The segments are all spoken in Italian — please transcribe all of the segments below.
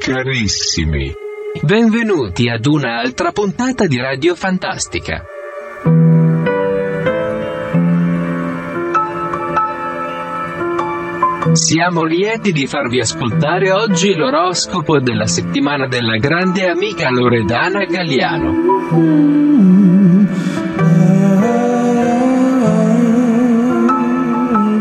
Carissimi, benvenuti ad un'altra puntata di Radio Fantastica. Siamo lieti di farvi ascoltare oggi l'oroscopo della settimana della grande amica Loredana Galliano.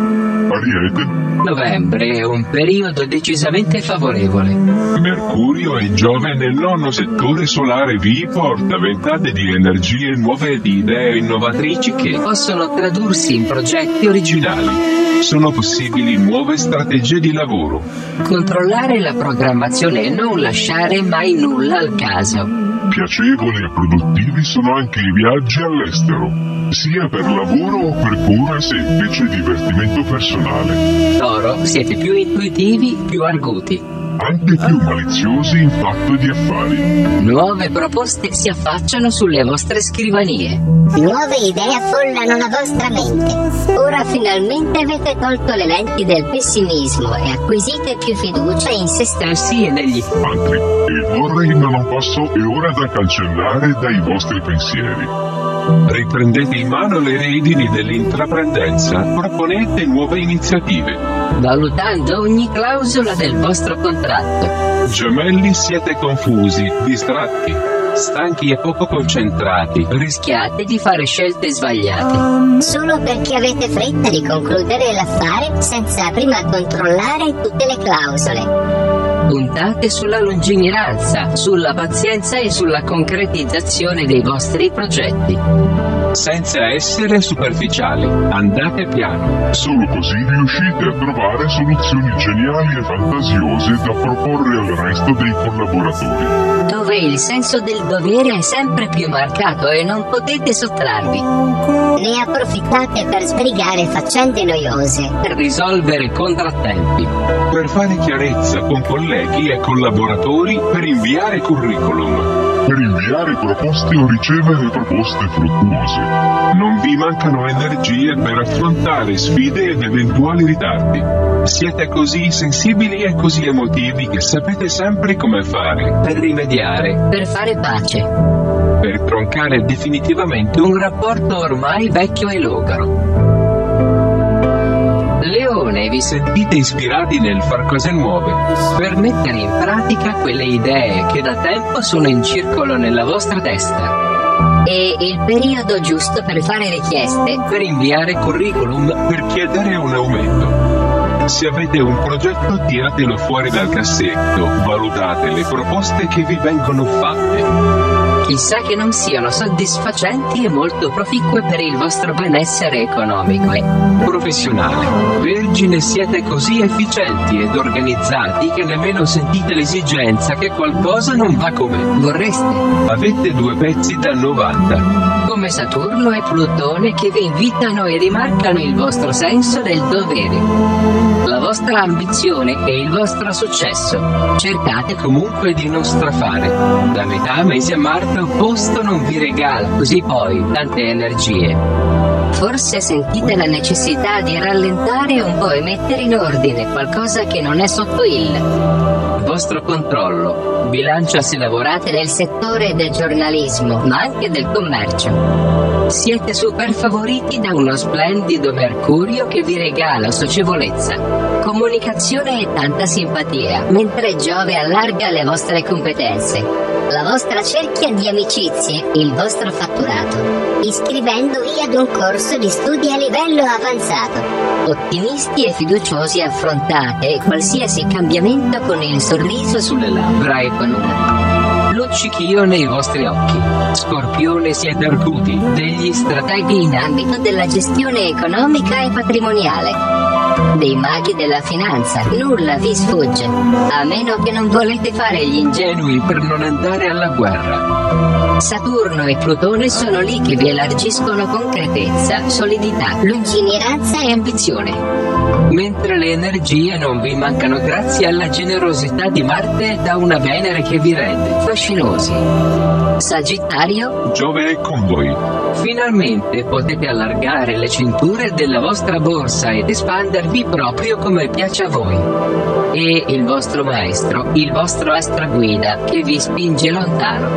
Ariete, Novembre è un periodo decisamente favorevole. Mercurio e Giove nel nono settore solare vi porta ventate di energie nuove e di idee innovatrici che che possono tradursi in progetti originali. sono possibili nuove strategie di lavoro. Controllare la programmazione e non lasciare mai nulla al caso. Piacevoli e produttivi sono anche i viaggi all'estero, sia per lavoro o per pura e semplice divertimento personale. Toro, siete più intuitivi, più arguti. Anche più maliziosi in fatto di affari. Nuove proposte si affacciano sulle vostre scrivanie. Nuove idee affollano la vostra mente. Ora finalmente avete tolto le lenti del pessimismo e acquisite più fiducia in se Eh stessi. sì, e negli Altri, e vorrei ma non posso è ora da cancellare dai vostri pensieri. Riprendete in mano le redini dell'intraprendenza, proponete nuove iniziative. valutando ogni clausola del vostro contratto. Gemelli siete confusi, distratti, stanchi e poco concentrati. Rischiate di fare scelte sbagliate. Solo perché avete fretta di concludere l'affare senza prima controllare tutte le clausole. Puntate sulla lungimiranza, sulla pazienza e sulla concretizzazione dei vostri progetti. senza essere superficiali. Andate piano. Solo così riuscite a trovare soluzioni geniali e fantasiose da proporre al resto dei collaboratori. Dove il senso del dovere è sempre più marcato e non potete sottrarvi. Ne approfittate per sbrigare faccende noiose. Per risolvere contrattempi. Per fare chiarezza con colleghi e collaboratori per inviare curriculum. Per inviare proposte o ricevere proposte fruttuose. Non vi mancano energie per affrontare sfide ed eventuali ritardi. Siete così sensibili e così emotivi che sapete sempre come fare per rimediare, Per fare pace. per troncare definitivamente un un rapporto ormai vecchio e logaro. Leone vi s- sentite ispirati nel far cose nuove. per mettere in pratica quelle idee che da tempo sono in circolo nella vostra testa, E il periodo giusto per fare richieste. per inviare curriculum, per chiedere un aumento. Se avete un progetto tiratelo fuori dal cassetto, valutate le proposte che vi vengono fatte. chissà che non siano soddisfacenti e molto proficue per il vostro benessere economico. eh. E Professionale. Vergine siete così efficienti ed organizzati che nemmeno sentite l'esigenza che qualcosa non va come vorreste, Avete due pezzi da 90. come Saturno e Plutone che vi invitano e rimarcano il vostro senso del dovere. La vostra ambizione e il vostro successo. Cercate comunque di non strafare. Da metà mese a marzo posto non vi regala, così poi tante energie. Forse sentite la necessità di rallentare un po' e mettere in ordine qualcosa che non è sotto il. Vostro controllo. Bilancia se lavorate lavorate nel settore del giornalismo, ma anche del commercio. Siete super favoriti da uno splendido Mercurio che vi regala socievolezza, comunicazione e tanta simpatia. Mentre Giove allarga le vostre competenze, la vostra cerchia di amicizie, il vostro fatturato, iscrivendovi ad un corso di studi a livello avanzato. Ottimisti e fiduciosi affrontate qualsiasi cambiamento con il sorriso sulle labbra. Brae con una. Luccichio nei vostri occhi. Scorpione siete arguti, degli strateghi in in ambito della gestione economica e patrimoniale. Dei maghi della finanza, nulla vi sfugge, a meno che non volete fare gli ingegneri. ingenui per non andare alla guerra. Saturno E Plutone sono lì che vi elargiscono concretezza, solidità, Lungimiranza e ambizione. mentre le energie non vi mancano grazie alla generosità di Marte da una Venere che vi rende fascinosi. Sagittario, Giove è con voi. finalmente potete allargare le cinture della vostra borsa ed espandervi proprio come piace a voi. E il vostro maestro, il vostro astroguida, che vi spinge lontano,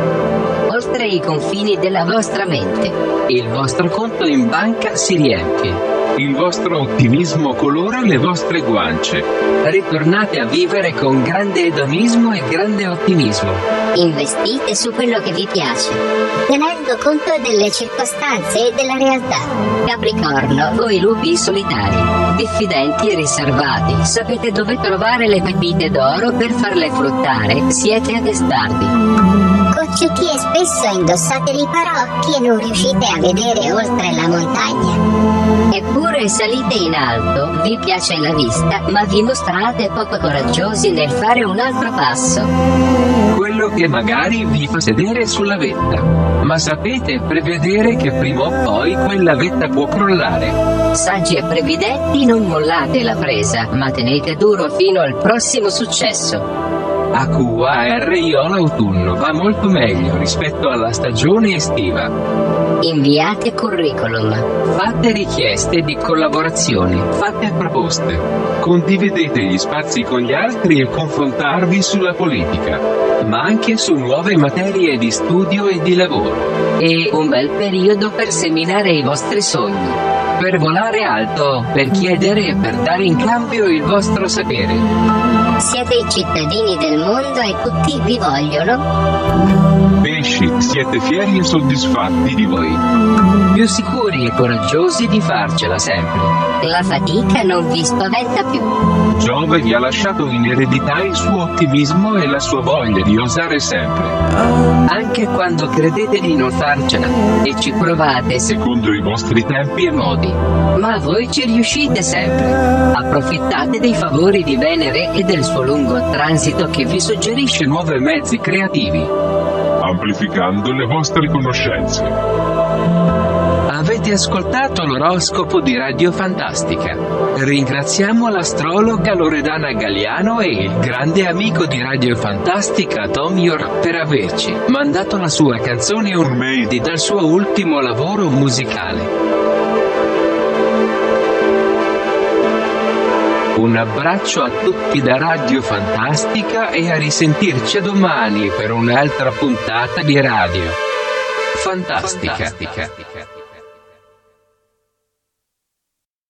oltre i confini della vostra mente. Il vostro conto in banca si riempie. Il vostro ottimismo colora le vostre guance. Ritornate a vivere con grande edonismo e grande ottimismo. Investite su quello che vi piace, tenendo conto delle circostanze e della realtà. Capricorno, Voi lupi solitari, diffidenti e riservati, sapete dove trovare le pepite d'oro per farle fruttare, siete addestrati. cocciuti e spesso indossate i parocchi e non riuscite a vedere oltre la montagna. Eppure salite in alto, vi piace la vista, ma vi mostrate poco coraggiosi nel fare un altro passo. Quello che magari vi fa sedere sulla vetta. Ma sapete prevedere che prima o poi quella vetta può crollare. Saggi e previdenti non mollate la presa, ma tenete duro fino al prossimo successo. AQAR Io l'autunno va molto meglio rispetto alla stagione estiva. Inviate curriculum. Fate richieste di collaborazione, fate proposte. Condividete gli spazi con gli altri e confrontarvi sulla politica, ma anche su nuove materie di studio e di lavoro. E un bel periodo per seminare i vostri sogni. Per volare alto, per chiedere e per dare in cambio il vostro sapere. Siete i cittadini del mondo e tutti vi vogliono. Pesci, siete fieri e soddisfatti di voi. Più sicuri e coraggiosi di farcela sempre. La fatica non vi spaventa più. Giove vi ha lasciato in eredità il suo ottimismo e la sua voglia di osare sempre. Anche quando credete di non farcela e ci provate se Secondo i vostri tempi e modi, modi, ma voi ci riuscite sempre. Approfittate dei favori di Venere e del suo lungo transito che vi suggerisce nuovi mezzi creativi. amplificando le vostre conoscenze. Avete ascoltato l'oroscopo di Radio Fantastica. Ringraziamo l'astrologa Loredana Galliano e il grande amico di Radio Fantastica Tom York per averci mandato la sua canzone Unmade dal suo ultimo lavoro musicale. Un abbraccio a tutti da Radio Fantastica e a risentirci domani per un'altra puntata di Radio Fantastica.